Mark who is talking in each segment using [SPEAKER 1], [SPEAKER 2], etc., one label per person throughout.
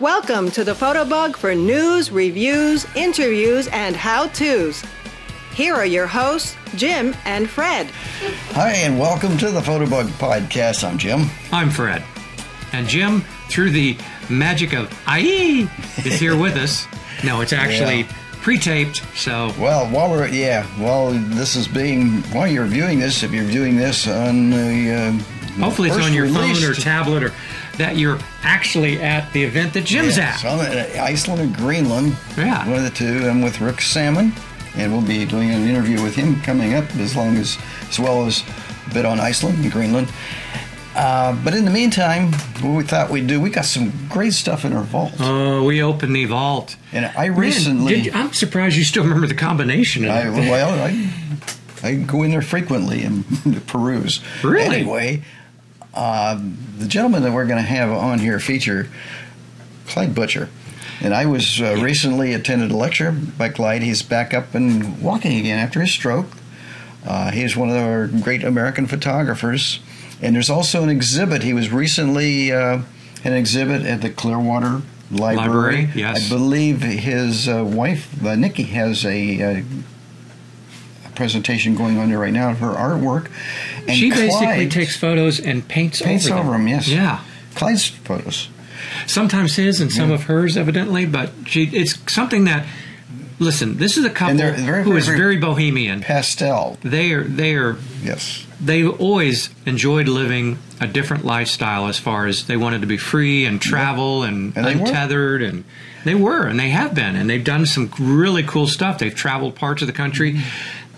[SPEAKER 1] Welcome to the Photobug for news, reviews, interviews, and how to's. Here are your hosts, Jim and Fred.
[SPEAKER 2] Hi, and welcome to the Photobug Podcast. I'm Jim.
[SPEAKER 3] I'm Fred. And Jim, through the magic of IE, is here with us. No, it's actually
[SPEAKER 2] Yeah.
[SPEAKER 3] pre taped, so
[SPEAKER 2] Well, while we're yeah, while this is being while you're viewing this, if you're viewing this on the uh,
[SPEAKER 3] hopefully it's
[SPEAKER 2] first
[SPEAKER 3] on your
[SPEAKER 2] released-
[SPEAKER 3] phone or tablet or that you're actually at the event that Jim's
[SPEAKER 2] Yeah,
[SPEAKER 3] at.
[SPEAKER 2] so I'm at uh, Iceland or Greenland.
[SPEAKER 3] Yeah.
[SPEAKER 2] One of the two. I'm with Rick Salmon, and we'll be doing an interview with him coming up, as long as as well as a bit on Iceland and Greenland. Uh, but in the meantime, what we thought we'd do, we got some great stuff in our vault.
[SPEAKER 3] Oh, we opened the vault.
[SPEAKER 2] and I
[SPEAKER 3] Man,
[SPEAKER 2] recently,
[SPEAKER 3] did you- I'm surprised you still remember the combination. Of
[SPEAKER 2] I,
[SPEAKER 3] it.
[SPEAKER 2] well, I, I go in there frequently and peruse.
[SPEAKER 3] Really?
[SPEAKER 2] Anyway, uh, the gentleman that we're going to have on here feature Clyde Butcher. And I was uh, recently attended a lecture by Clyde. He's back up and walking again after his stroke. Uh, he's one of our great American photographers. And there's also an exhibit. He was recently uh, an exhibit at the Clearwater Library.
[SPEAKER 3] Library, yes.
[SPEAKER 2] I believe his uh, wife, uh, Nikki, has a, uh, a presentation going on there right now of her artwork. And
[SPEAKER 3] she basically
[SPEAKER 2] Clyde
[SPEAKER 3] takes photos and paints,
[SPEAKER 2] paints
[SPEAKER 3] over,
[SPEAKER 2] over
[SPEAKER 3] them.
[SPEAKER 2] him. Yes.
[SPEAKER 3] Yeah.
[SPEAKER 2] Clyde's photos.
[SPEAKER 3] Sometimes his and some of hers, evidently, but she, it's something that. Listen, this is a couple
[SPEAKER 2] they're very,
[SPEAKER 3] who
[SPEAKER 2] very,
[SPEAKER 3] is
[SPEAKER 2] very-
[SPEAKER 3] very bohemian.
[SPEAKER 2] Pastel.
[SPEAKER 3] They are they are
[SPEAKER 2] Yes.
[SPEAKER 3] they've always enjoyed living a different lifestyle as far as they wanted to be free and travel and,
[SPEAKER 2] And they were.
[SPEAKER 3] untethered and they were and they have been and they've done some really cool stuff they've traveled parts of the country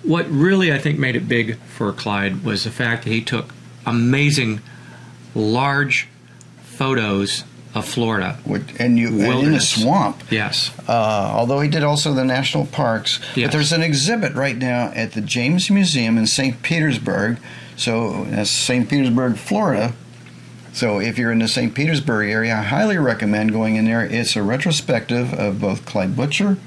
[SPEAKER 3] what really i think made it big for clyde was the fact that he took amazing large photos of florida
[SPEAKER 2] Would- And you and in the
[SPEAKER 3] Wilderness.
[SPEAKER 2] swamp.
[SPEAKER 3] yes
[SPEAKER 2] uh, although he did also the national parks. But
[SPEAKER 3] Yes.
[SPEAKER 2] there's an exhibit right now at the James Museum in St. Petersburg. So that's St. Petersburg, Florida. So if you're in the St. Petersburg area, I highly recommend going in there. It's a retrospective of both Clyde Butcher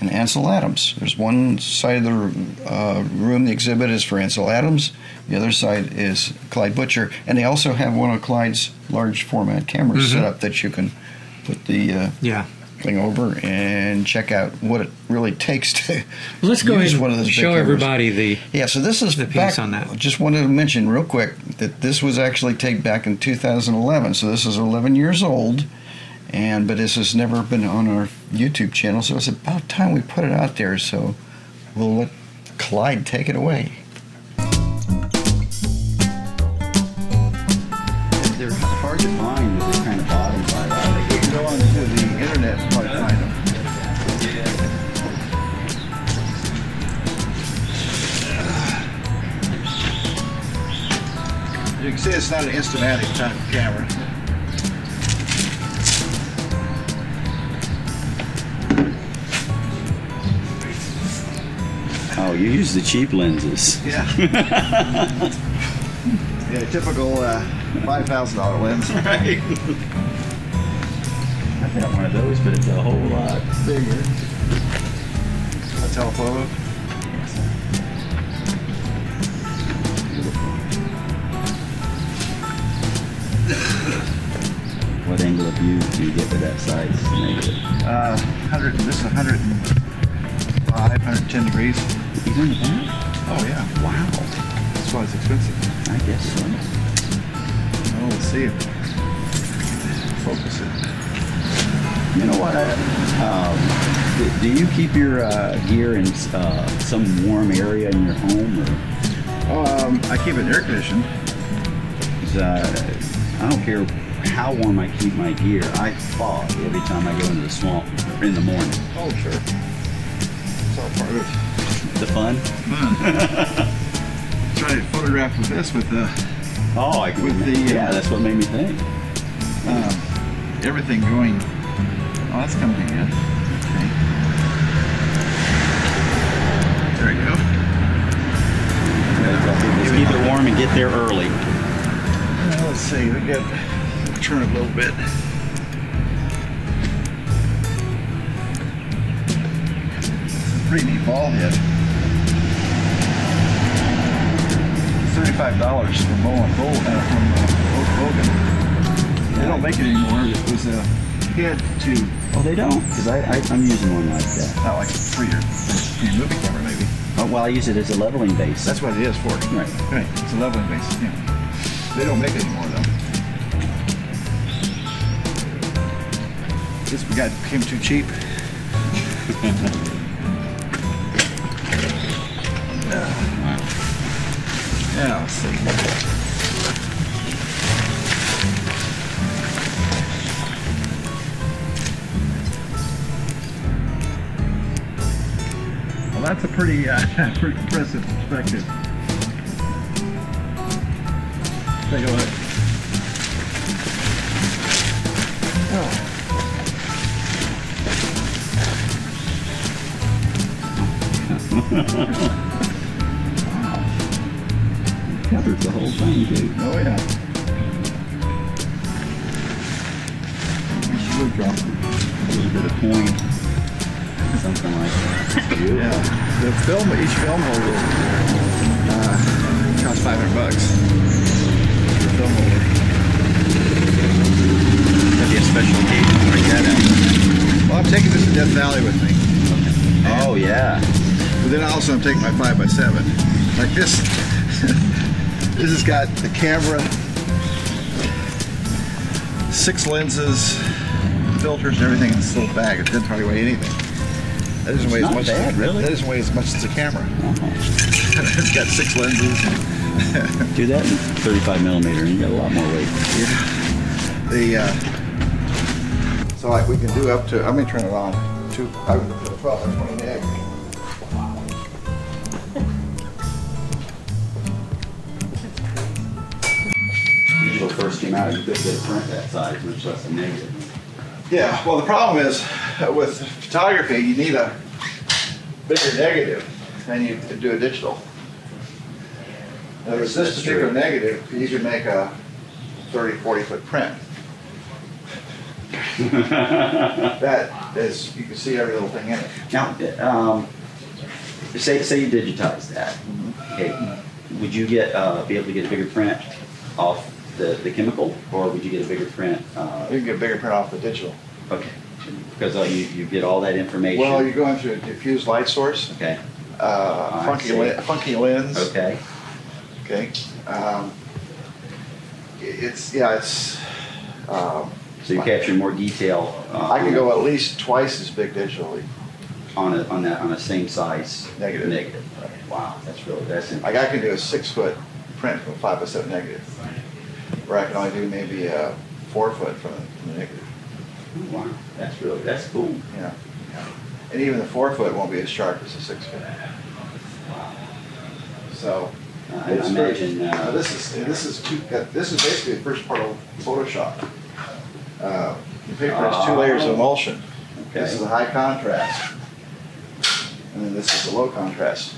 [SPEAKER 2] and Ansel Adams. There's one side of the uh, room, the exhibit is for Ansel Adams. The other side is Clyde Butcher, and they also have one of Clyde's large format cameras set up that you can put the uh,
[SPEAKER 3] yeah
[SPEAKER 2] thing over and check out what it really takes to
[SPEAKER 3] let's go
[SPEAKER 2] use
[SPEAKER 3] ahead
[SPEAKER 2] one of
[SPEAKER 3] and
[SPEAKER 2] those big
[SPEAKER 3] show
[SPEAKER 2] cameras.
[SPEAKER 3] everybody the
[SPEAKER 2] Yeah, so this is
[SPEAKER 3] the piece
[SPEAKER 2] back,
[SPEAKER 3] on that.
[SPEAKER 2] Just wanted to mention real quick that this was actually taken back in 2011. So this is 11 years old, and but this has never been on our YouTube channel. So it's about time we put it out there. So we'll let Clyde take it away. They're hard to find. They're kind of bottom by that. You can go onto the internet and probably find them. You can see it's not an instamatic type of camera.
[SPEAKER 4] Oh, you use the cheap lenses.
[SPEAKER 2] Yeah. yeah, typical uh, five thousand dollar lens.
[SPEAKER 4] Right. I've got one of those, but it's a whole lot bigger.
[SPEAKER 2] A telephoto.
[SPEAKER 4] What angle of view do you get with that size to make it?
[SPEAKER 2] Uh, hundred. This is 105, 110 degrees.
[SPEAKER 4] Even that?
[SPEAKER 2] Oh yeah,
[SPEAKER 4] Wow.
[SPEAKER 2] that's why it's expensive.
[SPEAKER 4] I guess so.
[SPEAKER 2] Oh, let's see it. Focus it.
[SPEAKER 4] You know what? I, um, do, do you keep your uh, gear in uh, some warm area in your home, or
[SPEAKER 2] Um, I keep it air conditioned.
[SPEAKER 4] 'cause, uh, I don't care how warm I keep my gear, I fog every time I go into the swamp in the morning.
[SPEAKER 2] Oh sure. It's all part of it.
[SPEAKER 4] The fun?
[SPEAKER 2] Trying to photograph with this with the
[SPEAKER 4] Oh, I can.
[SPEAKER 2] With the, uh,
[SPEAKER 4] yeah, that's what made me think.
[SPEAKER 2] everything going. Oh, that's coming in. Okay. There we go.
[SPEAKER 4] Just keep it warm and get there early.
[SPEAKER 2] Now, let's see, we got turn it a little bit. Pretty neat ball head. Thirty-five dollars from Bowen Bull uh, from uh, Oak Hogan. They don't make it anymore. It was uh, head to
[SPEAKER 4] Oh, they don't? Because I, I, I'm using one like that.
[SPEAKER 2] not like for your, for your movie camera maybe.
[SPEAKER 4] Oh, well, I use it as a leveling base.
[SPEAKER 2] That's what it is for.
[SPEAKER 4] Right.
[SPEAKER 2] Right. It's a leveling base. Yeah. They don't make it anymore though. This we got became too cheap. yeah. Yeah. Let's see. Well, that's a pretty, uh, pretty impressive perspective. Take a look. Oh,
[SPEAKER 4] covers the whole thing, dude.
[SPEAKER 2] Oh yeah. We should drop them.
[SPEAKER 4] A little bit of point, something like that.
[SPEAKER 2] Yeah. The film, each film holder, uh, costs 500 bucks. The film holder. That'd be a special occasion to break that out. Well, I'm taking this to Death Valley with me.
[SPEAKER 4] Oh, yeah.
[SPEAKER 2] But then also I'm taking my 5x7. Like this. this has got the camera, six lenses, filters, and everything in this little bag. It doesn't hardly weigh anything. That doesn't weigh as
[SPEAKER 4] not
[SPEAKER 2] much
[SPEAKER 4] bad,
[SPEAKER 2] as,
[SPEAKER 4] really.
[SPEAKER 2] That doesn't weigh as much as the camera. it's got six lenses.
[SPEAKER 4] Uh-huh. Do that in 35 millimeter, and you got a lot more weight.
[SPEAKER 2] The uh, so like we can do up to. I'm gonna turn it on. Two. I would put a 12 or 20 egg.
[SPEAKER 4] Digital first came out, you could get a print that size, much less a negative.
[SPEAKER 2] Yeah, well, the problem is uh, with photography, you need a bigger negative than you do a digital. In other words, this particular negative, you could make a 30, 40 foot print. that is, you can see every little thing in it.
[SPEAKER 4] Now, um, say, say you digitize that, okay, would you get, uh, be able to get a bigger print off the, the chemical, or would you get a bigger print, uh,
[SPEAKER 2] You can get a bigger print off the digital.
[SPEAKER 4] okay? Because uh, you, you get all that information.
[SPEAKER 2] Well, you're going through a diffused light source,
[SPEAKER 4] Okay,
[SPEAKER 2] uh,
[SPEAKER 4] Oh, I
[SPEAKER 2] funky,
[SPEAKER 4] see.
[SPEAKER 2] le- funky lens.
[SPEAKER 4] okay.
[SPEAKER 2] Okay. Um, it's, yeah, it's. Um,
[SPEAKER 4] So you capture more detail. uh,
[SPEAKER 2] I could go at least twice as big digitally.
[SPEAKER 4] On a, on that, on a same size.
[SPEAKER 2] Negative.
[SPEAKER 4] Negative. Wow, that's really, that's. it.
[SPEAKER 2] Like I can do a six foot print from a five by seven negative, where I can only do maybe a four foot from the, from the negative.
[SPEAKER 4] Wow, that's really, that's cool.
[SPEAKER 2] You know. And even the four foot won't be as sharp as a six foot. So.
[SPEAKER 4] Uh, I
[SPEAKER 2] it's very-
[SPEAKER 4] imagine, uh,
[SPEAKER 2] now this is this is two, uh, this is basically the first part of Photoshop. Uh, the paper has two layers
[SPEAKER 4] Oh.
[SPEAKER 2] of emulsion. This is a high contrast, and then this is a low contrast.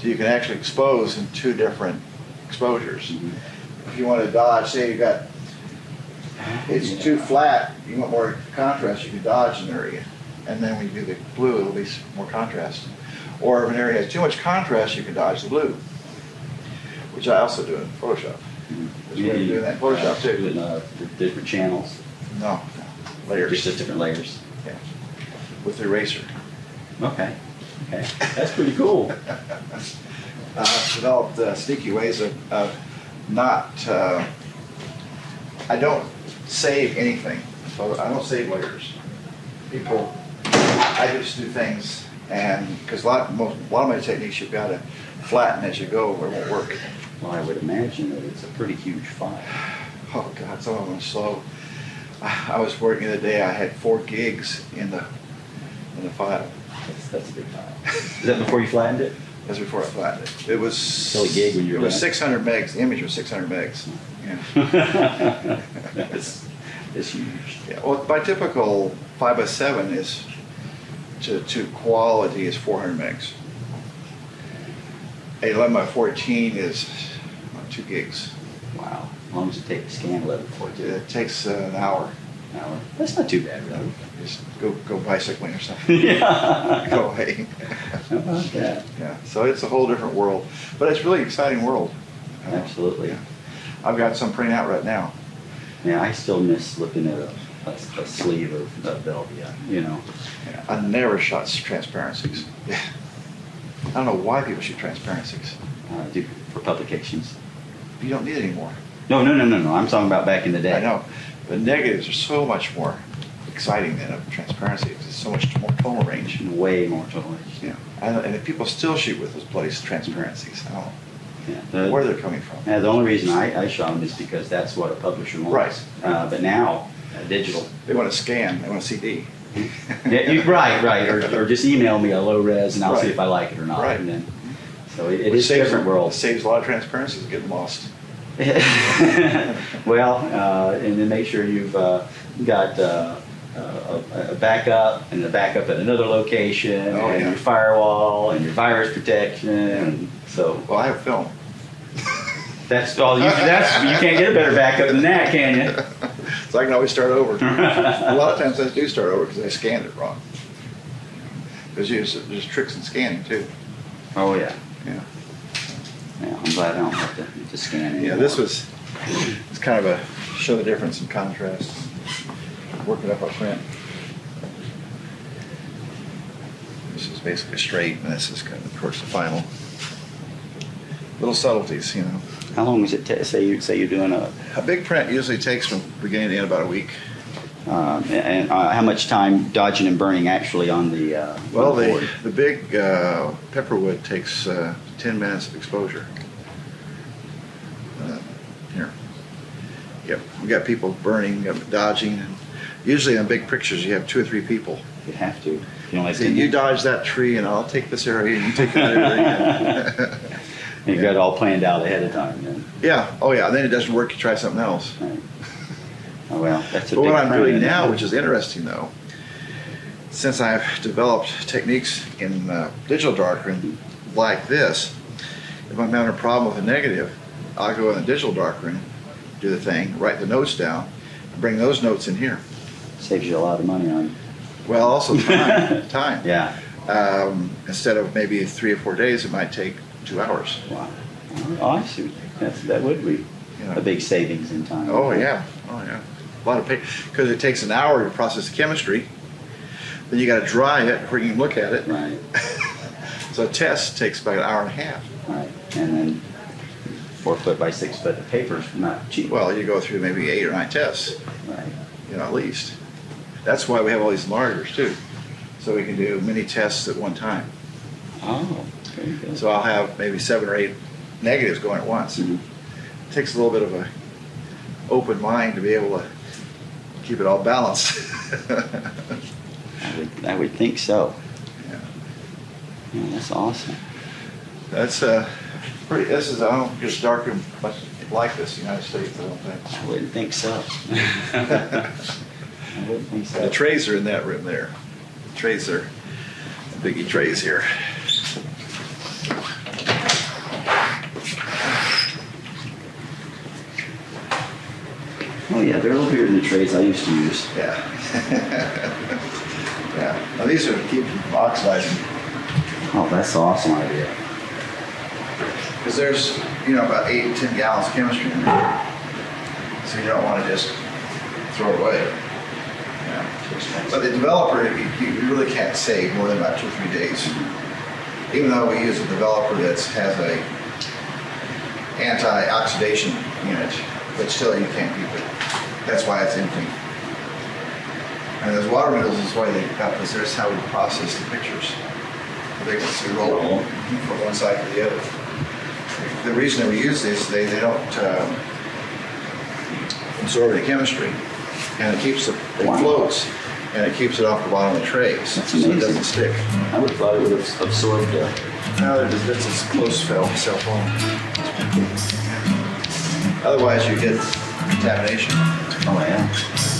[SPEAKER 2] So you can actually expose in two different exposures. If you want to dodge, say you got, it's too flat, you want more contrast, you can dodge an area. And then when you do the blue, it'll be s- more contrast. Or if an area has too much contrast, you can dodge the blue, which I also do in Photoshop. That's what I'm doing that in Photoshop
[SPEAKER 4] Doing,
[SPEAKER 2] too.
[SPEAKER 4] uh, the different channels,
[SPEAKER 2] No,
[SPEAKER 4] just
[SPEAKER 2] layers,
[SPEAKER 4] the different layers.
[SPEAKER 2] yeah, with the eraser.
[SPEAKER 4] Okay, okay, that's pretty cool.
[SPEAKER 2] uh, developed uh, sneaky ways of, of not. Uh, I don't save anything. So I don't save layers. People, I just do things, and because a lot, most, a lot of my techniques, you've got to flatten as you go, or it won't work.
[SPEAKER 4] Well, I would imagine that it's a pretty huge file.
[SPEAKER 2] Oh God, some of them are slow. I, I was working the other day. I had four gigs in the in the file.
[SPEAKER 4] That's, that's a big file. Is that before you flattened it?
[SPEAKER 2] That's before I flattened it. It was
[SPEAKER 4] Still a gig when you
[SPEAKER 2] it
[SPEAKER 4] were
[SPEAKER 2] was
[SPEAKER 4] back.
[SPEAKER 2] 600 megs. The image was 600 megs. Yeah.
[SPEAKER 4] That's, that's huge.
[SPEAKER 2] Yeah, well, my typical five by seven is to, to quality is 400 megs. A 11 by 14 is uh, two gigs.
[SPEAKER 4] Wow, as long as you take the scan level for it,
[SPEAKER 2] It takes uh, an hour.
[SPEAKER 4] an hour. That's not too bad, really.
[SPEAKER 2] Just go go bicycling or something.
[SPEAKER 4] Yeah.
[SPEAKER 2] go away.
[SPEAKER 4] How about that?
[SPEAKER 2] yeah. So it's a whole different world, but it's really exciting world.
[SPEAKER 4] Absolutely.
[SPEAKER 2] I've got some printing out right now.
[SPEAKER 4] Yeah, I still miss looking at a a, a sleeve of, of Velvia, you know.
[SPEAKER 2] I never shot transparencies. Yeah. I don't know why people shoot transparencies.
[SPEAKER 4] Uh, do for publications.
[SPEAKER 2] You don't need it anymore.
[SPEAKER 4] No, no, no, no, no. I'm talking about back in the day.
[SPEAKER 2] I know. The negatives are so much more exciting than a transparency. 'cause It's so much more tonal range.
[SPEAKER 4] Way more totally.
[SPEAKER 2] Yeah. I don't, and if people still shoot with those bloody transparencies, I don't
[SPEAKER 4] Yeah.
[SPEAKER 2] know where
[SPEAKER 4] The,
[SPEAKER 2] they're coming from.
[SPEAKER 4] yeah, the only reason I, I shot them is because that's what a publisher wants.
[SPEAKER 2] Right.
[SPEAKER 4] Uh, but now, uh, digital.
[SPEAKER 2] They want to scan. They want a CD.
[SPEAKER 4] Yeah, you, right, right. Or, or just email me a low res and I'll see
[SPEAKER 2] Right.
[SPEAKER 4] if I like it or not.
[SPEAKER 2] Right.
[SPEAKER 4] And then, so it, it
[SPEAKER 2] Which
[SPEAKER 4] is a different world.
[SPEAKER 2] Saves a lot of transparencies getting lost.
[SPEAKER 4] well, uh, and then make sure you've uh, got uh, a, a backup and a backup at another location,
[SPEAKER 2] Oh,
[SPEAKER 4] and
[SPEAKER 2] yeah.
[SPEAKER 4] your firewall and your virus protection. And so
[SPEAKER 2] Well, I have film.
[SPEAKER 4] that's all. You, that's you can't get a better backup than that, can you?
[SPEAKER 2] So I can always start over. a lot of times I do start over because I scanned it wrong. Because there's, there's tricks in scanning too.
[SPEAKER 4] Oh yeah.
[SPEAKER 2] Yeah.
[SPEAKER 4] Yeah, I'm glad I don't have to, to scan anymore.
[SPEAKER 2] Yeah, this was, it's kind of a show the difference in contrast, working up our print. This is basically straight, and this is kind of, of course, the final. Little subtleties, you know.
[SPEAKER 4] How long does it ta- say you say you're doing a
[SPEAKER 2] A big print usually takes from beginning to end about a week.
[SPEAKER 4] um, and uh, how much time dodging and burning actually on the uh, on
[SPEAKER 2] Well,
[SPEAKER 4] the
[SPEAKER 2] the,
[SPEAKER 4] board?
[SPEAKER 2] the big uh, pepperwood takes uh, 10 minutes of exposure. Uh, Here. Yep, we got people burning, uh, dodging. Usually on big pictures, you have two or three people.
[SPEAKER 4] you have to. You don't like
[SPEAKER 2] So you dodge that tree and I'll take this area and you take that area.
[SPEAKER 4] And you got it all planned out ahead of time. Then.
[SPEAKER 2] yeah, oh yeah, then it doesn't work, you try something else.
[SPEAKER 4] Oh well, that's a
[SPEAKER 2] But
[SPEAKER 4] big
[SPEAKER 2] what I'm
[SPEAKER 4] print,
[SPEAKER 2] doing
[SPEAKER 4] isn't it?
[SPEAKER 2] now, which is interesting though, since I've developed techniques in uh, digital darkroom like this, if I'm having a problem with a negative, I'll go in the digital darkroom, do the thing, write the notes down, bring those notes in here.
[SPEAKER 4] saves you a lot of money on.
[SPEAKER 2] Well, also time, time.
[SPEAKER 4] Yeah.
[SPEAKER 2] Um, instead of maybe three or four days, it might take two hours.
[SPEAKER 4] Wow. Oh, I see. That's, that would be
[SPEAKER 2] Yeah.
[SPEAKER 4] a big savings in time.
[SPEAKER 2] Oh yeah, oh yeah. A lot of because it takes an hour to process the chemistry. Then you got to dry it before you can look at it.
[SPEAKER 4] Right.
[SPEAKER 2] So a test takes about an hour and a half.
[SPEAKER 4] Right. And then four foot by six foot of paper's not cheap.
[SPEAKER 2] Well, you go through maybe eight or nine tests,
[SPEAKER 4] right.
[SPEAKER 2] you know, at least. That's why we have all these enlargers too, so we can do many tests at one time.
[SPEAKER 4] Oh. Very good.
[SPEAKER 2] So I'll have maybe seven or eight negatives going at once.
[SPEAKER 4] Mhm.
[SPEAKER 2] It takes a little bit of a open mind to be able to keep it all balanced.
[SPEAKER 4] I would, I would think so.
[SPEAKER 2] Yeah.
[SPEAKER 4] Yeah, that's awesome.
[SPEAKER 2] That's uh, pretty. This is I don't just darkroom much like this in the United States. I don't think
[SPEAKER 4] I wouldn't think so. I wouldn't think so.
[SPEAKER 2] the trays are in that room there. Trays are biggie trays here.
[SPEAKER 4] Oh yeah, they're a little bigger than the trays I used to use.
[SPEAKER 2] Yeah. yeah. Now these are to keep from oxidizing
[SPEAKER 4] Oh, that's an awesome idea.
[SPEAKER 2] because there's you know about eight ten gallons of chemistry in there, so you don't want to just throw it away. Yeah.
[SPEAKER 4] Too expensive.
[SPEAKER 2] But the developer, you, you really can't save more than about two or three days. Even though we use a developer that has a anti-oxidation unit, but still you can't keep it. That's why it's empty. And those water noodles is why they got this. There's how we process the pictures. They want to roll
[SPEAKER 4] Oh.
[SPEAKER 2] them from one side to the other. The reason that we use these, they, they don't um, absorb the chemistry, and it keeps the, it
[SPEAKER 4] Wow.
[SPEAKER 2] floats, and it keeps it off the bottom of the trays,
[SPEAKER 4] That's
[SPEAKER 2] so it
[SPEAKER 4] amazing.
[SPEAKER 2] doesn't stick.
[SPEAKER 4] I would have thought it would have absorbed uh,
[SPEAKER 2] No, that's that's a close cell cell phone. Otherwise, you get contamination.
[SPEAKER 4] Oh, yeah.